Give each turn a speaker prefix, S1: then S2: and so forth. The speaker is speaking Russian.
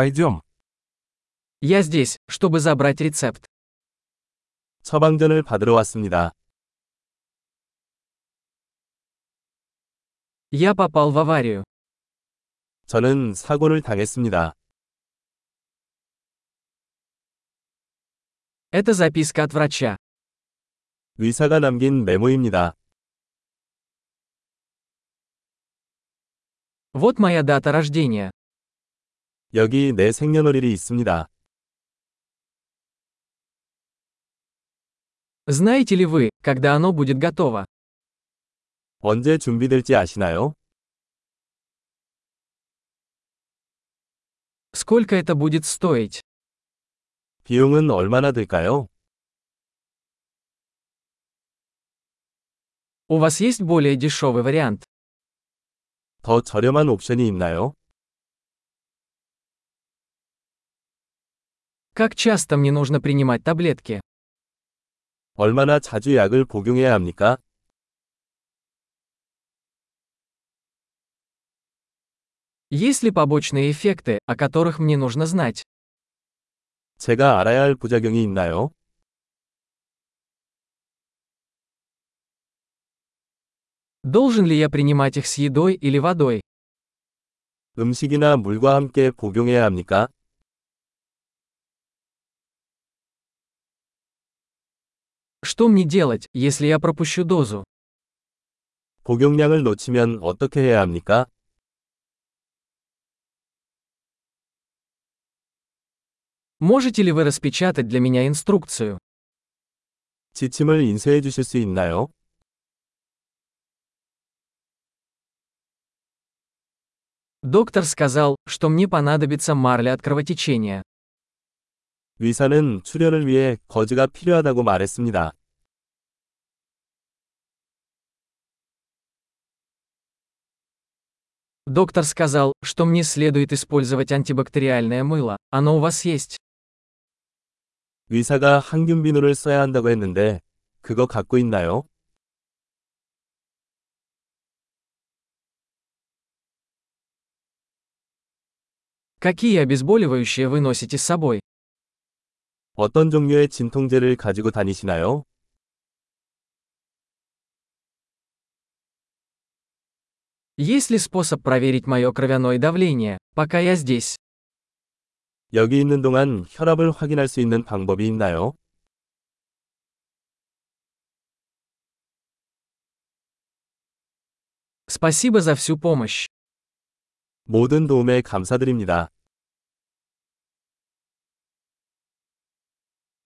S1: Пойдем.
S2: Я здесь, чтобы забрать рецепт.
S1: 처방전을 받으러 왔습니다.
S2: Я попал в аварию.
S1: 저는 사고를 당했습니다.
S2: Это записка от врача.
S1: 의사가 남긴 메모입니다.
S2: Вот моя дата рождения.
S1: 여기 내 생년월일이 있습니다.
S2: Знаете ли вы, когда оно будет готово?
S1: 언제 준비될지 아시나요?
S2: Сколько это будет стоить?
S1: 비용은 얼마나 들까요?
S2: У вас есть более дешевый вариант?
S1: 더 저렴한 옵션이 있나요?
S2: Как часто мне нужно принимать таблетки?
S1: 얼마나 자주 약을 복용해야 합니까?
S2: Есть ли побочные эффекты, о которых мне нужно знать?
S1: 제가 알아야 할 부작용이 있나요?
S2: Должен ли я принимать их с едой или водой?
S1: 음식이나 물과 함께 복용해야 합니까?
S2: Что мне делать, если я пропущу дозу?
S1: 복용량을 놓치면 어떻게 해야 합니까?
S2: Можете ли вы распечатать для меня инструкцию?
S1: 지침을 인쇄해 주실 수 있나요?
S2: Доктор сказал, что мне понадобится марля от кровотечения.
S1: 의사는 출혈을 위해 거즈가 필요하다고 말했습니다.
S2: Доктор сказал, что мне следует использовать антибактериальное мыло. Оно у вас есть?
S1: 의사가 항균 비누를 써야 한다고 했는데, 그거 갖고 있나요?
S2: Какие обезболивающие вы носите с собой?
S1: 어떤 종류의 진통제를 가지고 다니시나요?
S2: Есть ли способ проверить мое кровяное давление, пока я здесь?
S1: 여기 있는 동안 혈압을 확인할 수 있는 방법이 있나요?
S2: Спасибо за всю помощь.
S1: 모든 도움에 감사드립니다.